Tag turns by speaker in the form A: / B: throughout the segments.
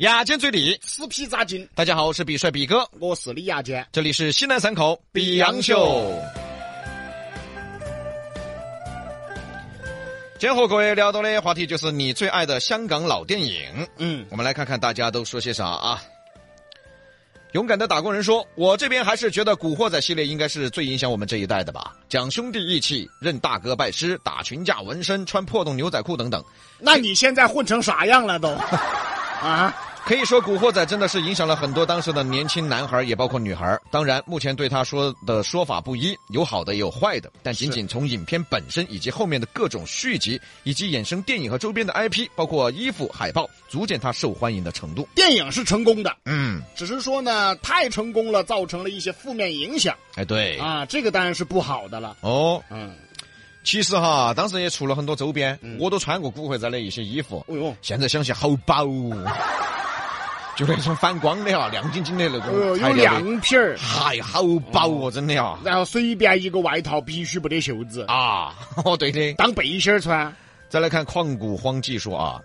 A: 牙尖嘴利，
B: 死皮扎筋。
A: 大家好，我是比帅比哥，
B: 我是李亚坚，
A: 这里是西南三口比
B: 洋秀。
A: 今天和各位聊到的话题就是你最爱的香港老电影。
B: 嗯，
A: 我们来看看大家都说些啥啊？勇敢的打工人说：“我这边还是觉得《古惑仔》系列应该是最影响我们这一代的吧，讲兄弟义气，认大哥拜师，打群架、纹身、穿破洞牛仔裤等等。
B: 那你现在混成啥样了都？啊，
A: 可以说，《古惑仔》真的是影响了很多当时的年轻男孩，也包括女孩。当然，目前对他说的说法不一，有好的也有坏的。但仅仅从影片本身，以及后面的各种续集，以及衍生电影和周边的 IP，包括衣服、海报，足见它受欢迎的程度。
B: 电影是成功的，
A: 嗯，
B: 只是说呢，太成功了，造成了一些负面影响
A: 哎，对，
B: 啊，这个当然是不好的了。
A: 哦，
B: 嗯，
A: 其实哈，当时也出了很多周边，
B: 嗯
A: 我都穿过《古惑仔》的一些衣服。
B: 哎呦，
A: 现在想想好饱哦， 就那种反光的啊，亮晶晶的那
B: 哎
A: 种
B: 呦，
A: 材
B: 有
A: 料的，
B: 亮皮儿，
A: 还好饱哦，真的啊。
B: 然后随便一个外套必须不得袖子，
A: 啊， 哦对的。
B: 当背心儿穿。
A: 再来看旷古荒纪说啊，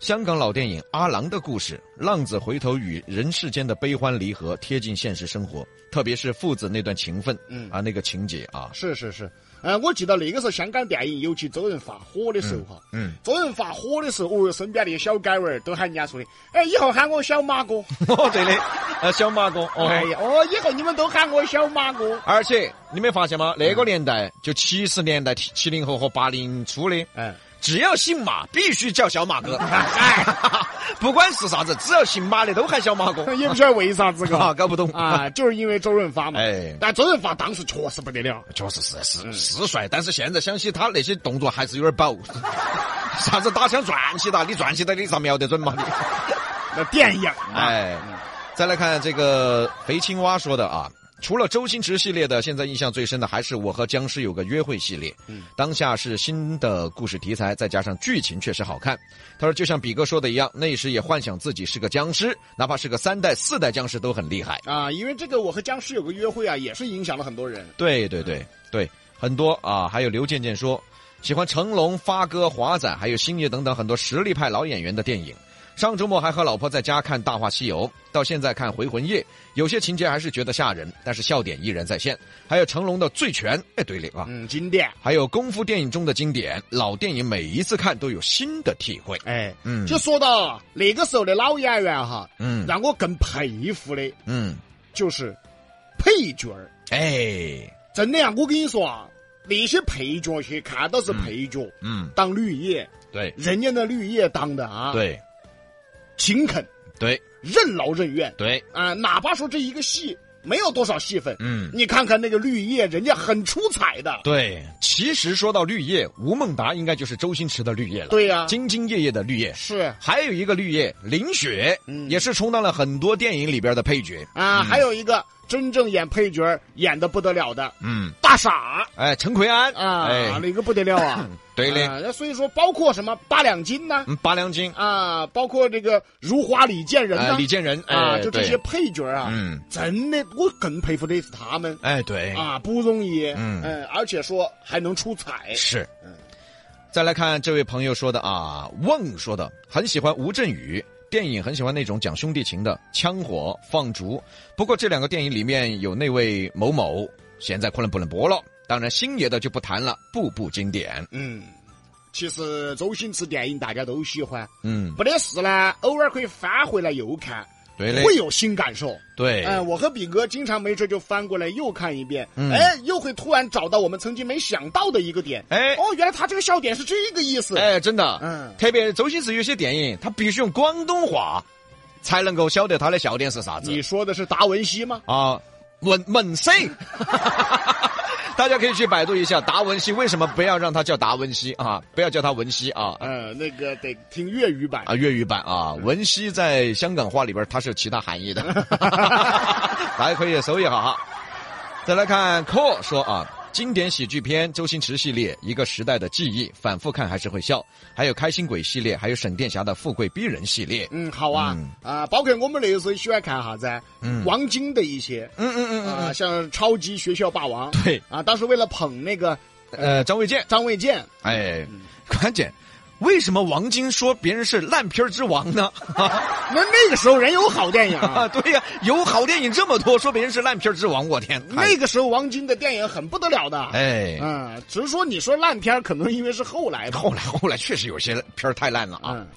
A: 香港老电影《阿郎的故事》，浪子回头与人世间的悲欢离合贴近现实生活，特别是父子那段情分，
B: 嗯
A: 啊那个情节啊，
B: 是是是，呃，我记得那个时候香港电影，尤其周润发火的时候哈，
A: 嗯，
B: 周润发火的时候，哦哟，身边那些小改娃儿都喊人家说的，哎，以后喊我小马哥，
A: 哦对的，呃 小马哥，
B: 哎
A: 哦。
B: 呀，哦，以后你们都喊我小马哥，
A: 而且你没发现吗？那个年代，就七十年代七七零后和八零初的，
B: 嗯，
A: 只要姓马，必须叫小马哥。
B: 嗨，
A: 不管是啥子，只要姓马的都喊小马哥。
B: 哎也不晓得为啥子
A: 啊，
B: 个，
A: 搞不懂哎啊！
B: 啊，就是因为周润发嘛，
A: 哎
B: 但周润发当时确实不得了，
A: 确实是是是帅，但是现在想起他那些动作还是有点饱。 啥子打枪转起哒，你转起哒，你咋瞄得准嘛？你
B: 嗯那电影嘛，
A: 哎，再来看这个肥青蛙说的啊。除了周星驰系列的，现在印象最深的还是《我和僵尸有个约会》系列。
B: 嗯
A: 当下是新的故事题材，再加上剧情确实好看。他说，就像比哥说的一样，那时也幻想自己是个僵尸，哪怕是个三代、四代僵尸都很厉害。
B: 啊，因为这个我和僵尸有个约会啊，也是影响了很多人，
A: 对对对对，很多啊，还有刘健健说喜欢成龙、发哥、华仔，还有星爷等等很多实力派老演员的电影。上周末还和老婆在家看《大话西游》，到现在看《回魂夜》，有些情节还是觉得吓人，但是笑点依然在线。还有成龙的《醉拳》，哎，对了啊，
B: 嗯，经典，
A: 还有功夫电影中的经典，老电影每一次看都有新的体会。
B: 哎，
A: 嗯
B: 就说到那个时候的老演员哈，
A: 嗯
B: 让我更佩服的。
A: 嗯，
B: 就是配角儿。
A: 哎，
B: 真的呀、我跟你说啊，那些配角去看到是配角，
A: 嗯，
B: 当绿叶，
A: 对
B: 人家那绿叶当的啊，，
A: 对
B: 勤恳、
A: 对
B: 任劳任怨
A: 对，
B: 啊、哪怕说这一个戏没有多少戏份，
A: 嗯。
B: 你看看那个绿叶，人家很出彩的。
A: 对，其实说到绿叶，吴孟达应该就是周星驰的绿叶了。
B: 对呀
A: 兢兢业业的绿叶。
B: 是
A: 还有一个绿叶林雪，
B: 嗯
A: 也是充当了很多电影里边的配角。
B: 啊，还有一个真正演配角儿演的不得了的
A: 嗯，
B: 大傻
A: 哎，陈奎安，
B: 啊，
A: 哎，
B: 那个不得了 啊。
A: 对的，
B: 啊，那所以说包括什么八两金呐，
A: 嗯，八两金，
B: 啊，包括这个如花李建仁呐、
A: 哎，李建仁，
B: 啊，
A: 哎
B: 就这些，配角
A: 对
B: 啊，
A: 嗯，
B: 真的，我更佩服的是他们
A: 哎，对，
B: 啊，不容易，
A: 嗯
B: 呃而且说还能出彩，
A: 是
B: 嗯。
A: 哎再来看这位朋友说的啊，瓮说的很喜欢吴镇宇。电影很喜欢那种讲兄弟情的枪火放逐，不过这两个电影里面有那位某某，现在可能不能播了。当然，星爷的就不谈了，步步经典。
B: 嗯。其实周星驰电影大家都喜欢，
A: 嗯，
B: 不得事呢，偶尔可以翻回来又看，
A: 对嘞，
B: 会有新感受。
A: 对，
B: 哎、我和比哥经常没事就翻过来又看一遍，
A: 嗯
B: 哎，又会突然找到我们曾经没想到的一个点。
A: 哎
B: 哦，原来他这个笑点是这个意思。
A: 哎，真的，
B: 嗯
A: 特别周星驰有些电影，他必须用广东话，才能够晓得他的笑点是啥子
B: 你说的是达文西吗？
A: 啊。文文 C，大家可以去百度一下达文西，为什么不要让他叫达文西啊？不要叫他文西啊
B: 呃，那个得听粤语版
A: 啊！粤语版啊，文西在香港话里边它是有其他含义的， 大家可以搜一下哈。再来看 Core 说啊，经典喜剧片周星驰系列，一个时代的记忆，反复看还是会笑。还有开心鬼系列，还有沈殿霞的富贵逼人系列。
B: 嗯，好啊，
A: 嗯
B: 啊，包括我们那个时候喜欢看啥子？啊
A: 嗯
B: 王晶的一些
A: 嗯嗯嗯
B: 啊，像《超级学校霸王》
A: 对，
B: 啊，当时为了捧那个
A: 呃，张卫健，
B: 张卫健，
A: 哎，关键为什么王晶说别人是烂片儿之王呢？
B: 那那个时候人有好电 影、啊
A: 啊，，对呀、有好电影这么多，说别人是烂片儿之王，我天！
B: 那个时候王晶的电影很不得了的。
A: 哎，
B: 嗯，只是说你说烂片儿，可能因为是后来吧。
A: 后来后来确实有些片儿太烂了啊。
B: 嗯，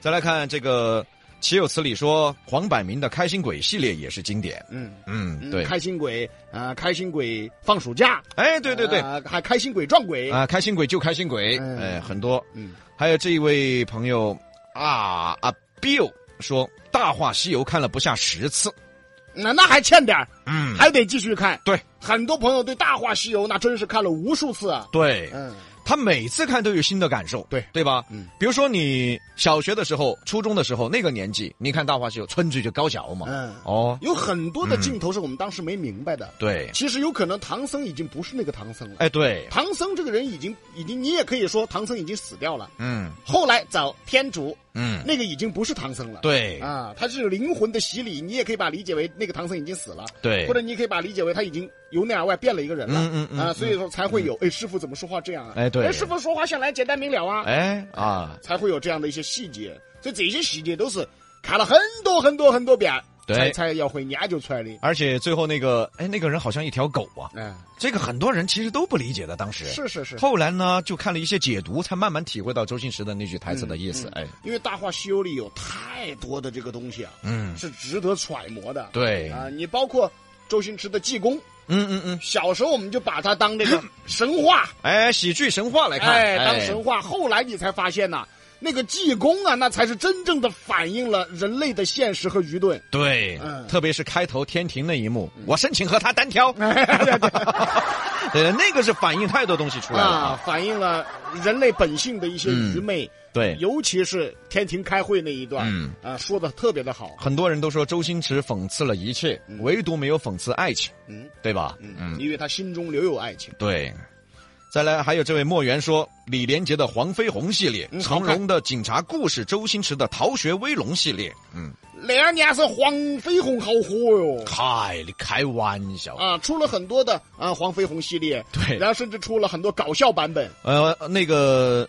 A: 再来看这个，岂有此理说黄百鸣的《开心鬼》系列也是经典。
B: 嗯
A: 嗯，
B: 嗯
A: 对，
B: 开心鬼啊、呃开心鬼放暑假，
A: 哎，对对对，
B: 呃还开心鬼撞鬼，
A: 啊，开心鬼就开心鬼，
B: 嗯
A: 哎，很多。
B: 嗯
A: 还有这一位朋友啊啊 Bill 说，《大话西游》看了不下十次。
B: 那那还欠点儿，
A: 嗯，
B: 还得继续看。
A: 对，
B: 很多朋友对《大话西游》那真是看了无数次啊。
A: 对，
B: 嗯
A: 他每次看都有新的感受，
B: 对
A: 对吧？
B: 嗯，
A: 比如说你小学的时候、初中的时候那个年纪，你看《大话西游》，村嘴就高小嘛。
B: 嗯，
A: 哦，
B: 有很多的镜头是我们当时没明白的。
A: 对，
B: 其实有可能唐僧已经不是那个唐僧了。
A: 哎，对，
B: 唐僧这个人已经已经，你也可以说唐僧已经死掉了。
A: 嗯
B: 后来找天竺，
A: 嗯，
B: 那个已经不是唐僧了。
A: 对
B: 啊，他是灵魂的洗礼，你也可以把理解为那个唐僧已经死了，
A: 对
B: 或，者你可以把理解为他已经由内而外变了一个人了。
A: 嗯嗯嗯
B: 啊，
A: 嗯
B: 所以说才会有，哎，师傅怎么说话这样啊？
A: 哎对
B: 师傅说话向来简单明了啊。
A: 哎啊，
B: 才会有这样的一些细节。所以这些细节都是看了很多很多很多遍，
A: 对
B: 才才要会研究出来的。
A: 而且最后那个，哎，那个人好像一条狗啊，
B: 嗯，
A: 这个很多人其实都不理解的，当时。
B: 是是是，
A: 后来呢，就看了一些解读，才慢慢体会到周星驰的那句台词的意思。哎，
B: 因为《大话西游》里有太多的这个东西啊，
A: 嗯，
B: 是值得揣摩的。
A: 对，
B: 啊，你包括周星驰的济公，
A: 嗯嗯嗯，
B: 小时候我们就把他当那 个神话，
A: 哎，喜剧神话来看，
B: 哎，当神话。后来你才发现呐、那个济公啊，那才是真正的反映了人类的现实和 愚钝。
A: 对，
B: 嗯
A: 特别是开头天庭那一幕，我申请和他单 挑，
B: 啊
A: 呃，那个是反映太多东西出来了
B: 啊
A: 啊，，
B: 反映了人类本性的一些
A: 嗯
B: 愚昧，
A: 对。
B: 尤其是天庭开会那一段，
A: 嗯
B: 啊、说的特别的好，
A: 很多人都说周星驰讽刺了一切，唯独没有讽刺爱情，
B: 嗯
A: 对吧？
B: 嗯，因为他心中留有爱情，
A: 对。再来，还有这位莫言说，李连杰的《黄飞鸿》系列，
B: 嗯好
A: 成
B: 看
A: 龙的《警察故事》，周星驰的《逃学威龙》系列，嗯，
B: 两年是黄飞鸿好火哟。
A: 开你开玩笑，
B: 啊，出了很多的啊黄飞鸿系列，
A: 对
B: 然后甚至出了很多搞笑版本、
A: 呃，那个，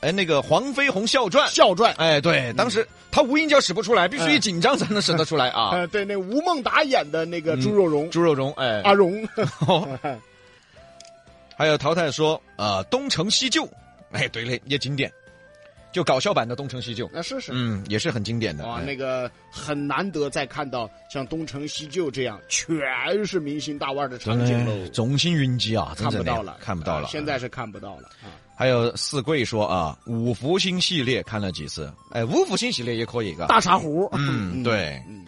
A: 哎，那个《黄飞鸿笑传》，
B: 笑传，
A: 哎，对，当
B: 嗯
A: 时他无音就使不出来，必
B: 哎
A: 须一紧张才能使得出来啊。 嗯
B: 呃，对，那吴孟达演的那个猪肉蓉，
A: 猪肉蓉，哎，
B: 阿蓉，
A: 哦还有淘汰说，呃，东成西就，哎，对嘞，也经典，就搞笑版的东成西就，
B: 那是是。
A: 嗯，也是很经典的。
B: 哇，
A: 哎
B: 那个很难得再看到像东成西就这样全是明星大腕的场景
A: 哎
B: 喽，
A: 众星云集啊，真
B: 看不
A: 正的
B: 到了，
A: 看不到了。嗯
B: 啊现在是看不到了啊。
A: 还有四贵说啊，五福星系列看了几次，哎，五福星系列也可以，嘎。
B: 啊大茶壶，
A: 嗯对
B: 嗯，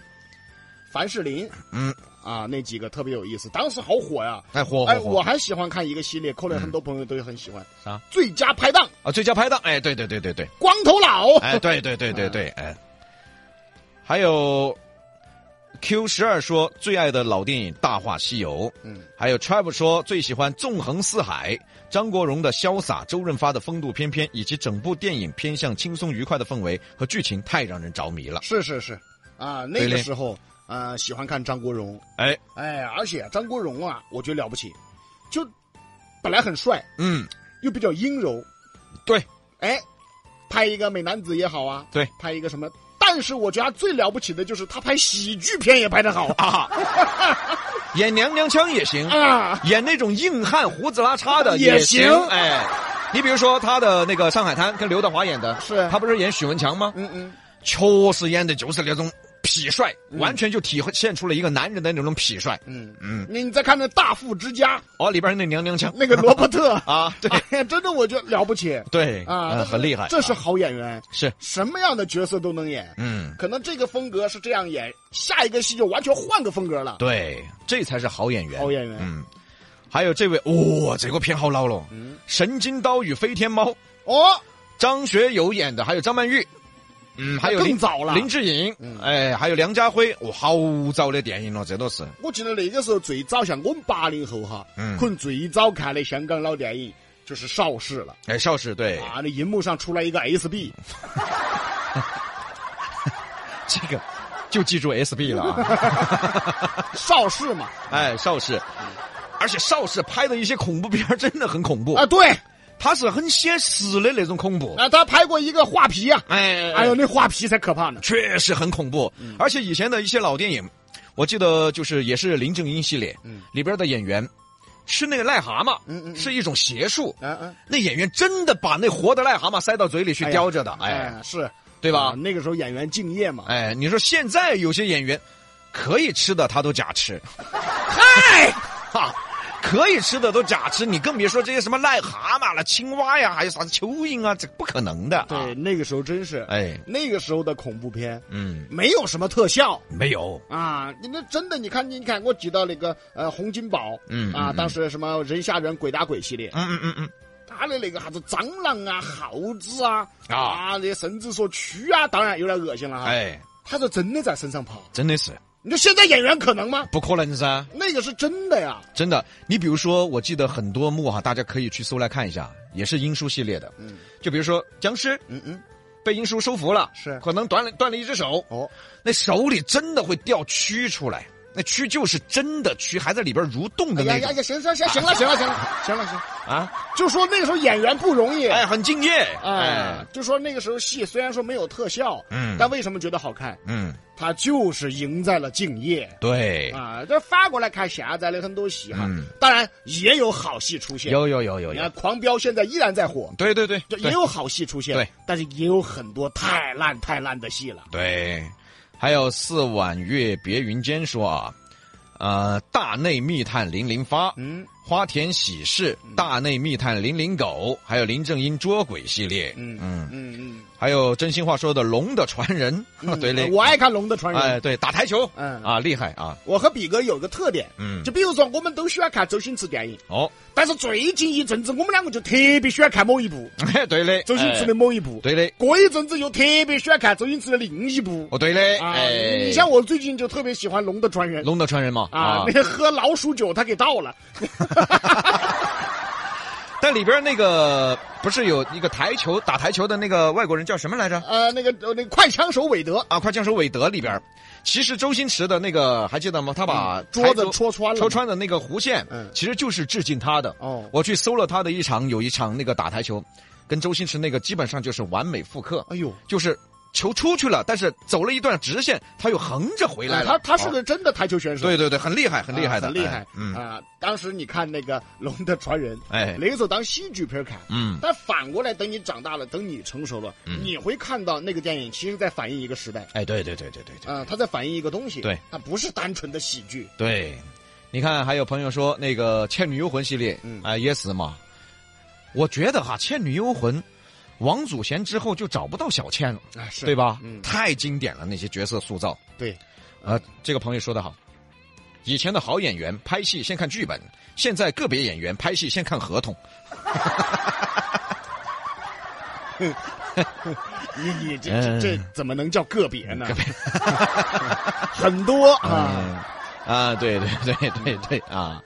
B: 凡士林，
A: 嗯
B: 啊，那几个特别有意思，当时好火呀。
A: 哎，火
B: 哎，
A: 火
B: 我
A: 火
B: 还喜欢看一个系列，后来很多朋友都很喜欢。
A: 啥？
B: 最佳拍档，
A: 啊！最佳拍档，哎，对对对对对，
B: 光头佬。
A: 哎，对对对
B: 嗯
A: 对对，哎，还有 Q 十二说最爱的老电影《大话西游》，
B: 嗯，
A: 还有 Trav 说最喜欢《纵横四海》，张国荣的潇洒，周润发的风度翩翩，以及整部电影偏向轻松愉快的氛围和剧情太让人着迷了。
B: 是是是，啊，那
A: 对
B: 个
A: 嘞
B: 时候，啊，喜欢看张国荣。
A: 哎，
B: 哎，而且张国荣啊，我觉得了不起，就本来很帅，
A: 嗯，
B: 又比较阴柔。
A: 对，
B: 哎，拍一个美男子也好啊，
A: 对，
B: 拍一个什么？但是我觉得他最了不起的就是他拍喜剧片也拍 得好
A: 啊，演娘娘腔也行，
B: 啊。
A: 演那种硬汉胡子拉碴的
B: 也行
A: 哎，你比如说他的那个《上海滩》跟刘德华演的，
B: 是
A: 他不是演许文强吗？
B: 嗯嗯。
A: 确实演的就是那种痞帅，完全就体现出了一个男人的那种痞帅。
B: 嗯
A: 嗯，
B: 你你再看那《大富之家》
A: 哦，里边那娘娘腔，
B: 那个罗伯特
A: 啊， 对
B: 哎呀真的我觉得了不起
A: 对
B: 啊，
A: 嗯
B: 这
A: 很厉害，
B: 这是
A: 啊
B: 好演员，
A: 是
B: 什么样的角色都能演。
A: 嗯，
B: 可能这个风格是这样演，下一个戏就完全换个风格了。
A: 对，这才是好演员，
B: 好演员
A: 嗯。还有这位，哦，这个偏好老了，
B: 嗯
A: 神经刀与飞天猫》，
B: 哦，
A: 张学友演的，还有张曼玉，嗯，还有
B: 更
A: 林
B: 早了
A: 林志颖，
B: 嗯
A: 哎，还有梁家辉，哇，好早的电影了，这都是，
B: 我记得那个时候最早，像我们八零后哈，
A: 嗯
B: 可能最早看的香港老电影就是邵氏了
A: 哎，邵氏对，
B: 啊，那荧幕上出来一个 SB，
A: 这个就记住 SB 了 啊。
B: 邵氏嘛
A: 哎，邵氏，而且邵氏拍的一些恐怖片儿真的很恐怖
B: 啊，对，
A: 它是很写实的那种恐怖。
B: 啊，他拍过一个画皮啊，
A: 哎
B: 哎呦，嗯那画皮才可怕呢。
A: 确实很恐怖。而且以前的一些老电影，我记得就是也是林正英系列，
B: 嗯
A: 里边的演员吃那个癞蛤蟆，
B: 嗯嗯嗯
A: 是一种邪术。
B: 嗯嗯，
A: 那演员真的把那活的癞蛤蟆塞到嘴里去
B: 哎呀
A: 叼着的，哎，
B: 哎，是
A: 对吧
B: 啊？那个时候演员敬业嘛，
A: 哎，你说现在有些演员可以吃的他都假吃，
B: 嗨，
A: 哈，可以吃的都假吃，你更别说这些什么癞蛤蟆了、青蛙呀，还有啥子蚯蚓啊，这不可能的、啊。
B: 对，，那个时候真是，
A: 哎，
B: 那个时候的恐怖片
A: 嗯，
B: 没有什么特效。
A: 没有，
B: 啊，你那真的，你看，你看，我记到那个呃，洪金宝，
A: 嗯
B: 啊，
A: 嗯嗯
B: 当时什么人吓人、鬼打鬼系列，
A: 嗯嗯嗯嗯，
B: 他的那个啥子蟑螂啊、耗子啊，
A: 啊
B: 啊，那甚至说蛆啊，当然有点恶心了哈。
A: 哎，
B: 他是真的在身上爬，
A: 真的是
B: 你说现在演员可能吗？
A: 不可能噻。
B: 那个是真的呀，
A: 啊真的，你比如说，我记得很多幕哈、大家可以去搜来看一下，也是英叔系列的。
B: 嗯
A: 就比如说僵尸
B: 嗯嗯，
A: 被英叔收服了，
B: 是
A: 可能断了断了一只手，
B: 哦，
A: 那手里真的会掉蛆出来，那蛆就是真的蛆，还在里边蠕动
B: 哎
A: 的
B: 呀
A: 那
B: 呀
A: 种
B: 呀，行行行行了行了行了行了行了，
A: 啊！
B: 就说那个时候演员不容易，
A: 哎，很敬业，
B: 哎
A: 哎，，
B: 就说那个时候戏虽然说没有特效，
A: 嗯
B: 但为什么觉得好看？
A: 嗯，
B: 他就是赢在了敬业。
A: 对，
B: 啊，这反过来看现在的很多戏哈，
A: 嗯
B: 当然也有好戏出现。
A: 有有有有
B: 你
A: 有
B: 看，《狂飙》现在依然在火，
A: 对对对
B: 这也
A: 对
B: 有好戏出现，
A: 对，
B: 但是也有很多太烂太烂的戏了。
A: 对，还有四婉月别云间说啊，呃，大内密探零零发，
B: 嗯
A: 花田喜事、大内密探零零狗，还有林正英捉鬼系列，
B: 嗯
A: 嗯，
B: 嗯嗯，
A: 还有真心话说的龙的传人，
B: 嗯
A: 对嘞，
B: 我爱看《龙的传人》
A: 哎对打台球，
B: 嗯
A: 啊厉害啊，
B: 我和比哥有个特点，
A: 嗯
B: 就比如说我们都喜欢看周星驰电影，
A: 哦，
B: 但是最近一阵子我们两个就特别喜欢看某一部
A: 嘿对嘞，
B: 周星驰的
A: 哎
B: 某一部，
A: 对嘞，
B: 过一阵子又特别喜欢看周星驰的另一部。
A: 哦对嘞，
B: 啊，
A: 哎，
B: 你像我最近就特别喜欢《龙的传人》。
A: 龙的传人嘛
B: 啊，那个喝老鼠酒他给倒了，
A: 但里边那个不是有一个台球打台球的那个外国人叫什么来着？
B: 呃，那个呃那个快枪手韦德
A: 啊，快枪手韦德里边，其实周星驰的那个还记得吗？他把
B: 桌
A: 台
B: 子
A: 球
B: 戳穿了，
A: 戳，穿的那个弧线，
B: 嗯
A: 其实就是致敬他的。
B: 哦
A: 我去搜了他的一场，有一场那个打台球，跟周星驰那个基本上就是完美复刻，
B: 哎呦，
A: 就是球出去了，但是走了一段直线，他又横着回来了。
B: 嗯哎他他是
A: 哦
B: 个真的台球选手，
A: 对对对，很厉害，很厉害
B: 啊
A: 的，
B: 很厉
A: 哎
B: 害，
A: 嗯，
B: 啊，当时你看那个《龙的传人》，
A: 哎，
B: 那个时候当喜剧片看，
A: 嗯，
B: 但反过来等你长大了，等你成熟了，你会看到那个电影其实在反映一个时代，
A: 哎，对对对对对对
B: 啊，它在反映一个东西，
A: 对，
B: 它不是单纯的喜剧，
A: 对。你看，还有朋友说那个《倩女幽魂》系列，
B: 嗯
A: 啊、也死嘛。我觉得哈，《倩女幽魂》，王祖贤之后就找不到小倩了。
B: 啊，是
A: 对？吧？
B: 嗯
A: 太经典了，那些角色塑造。
B: 对，
A: 呃，这个朋友说得好，以前的好演员拍戏先看剧本，现在个别演员拍戏先看合同。
B: 你你这
A: 嗯
B: 这这怎么能叫个别呢？很多啊。
A: 嗯 啊，对对对对对啊。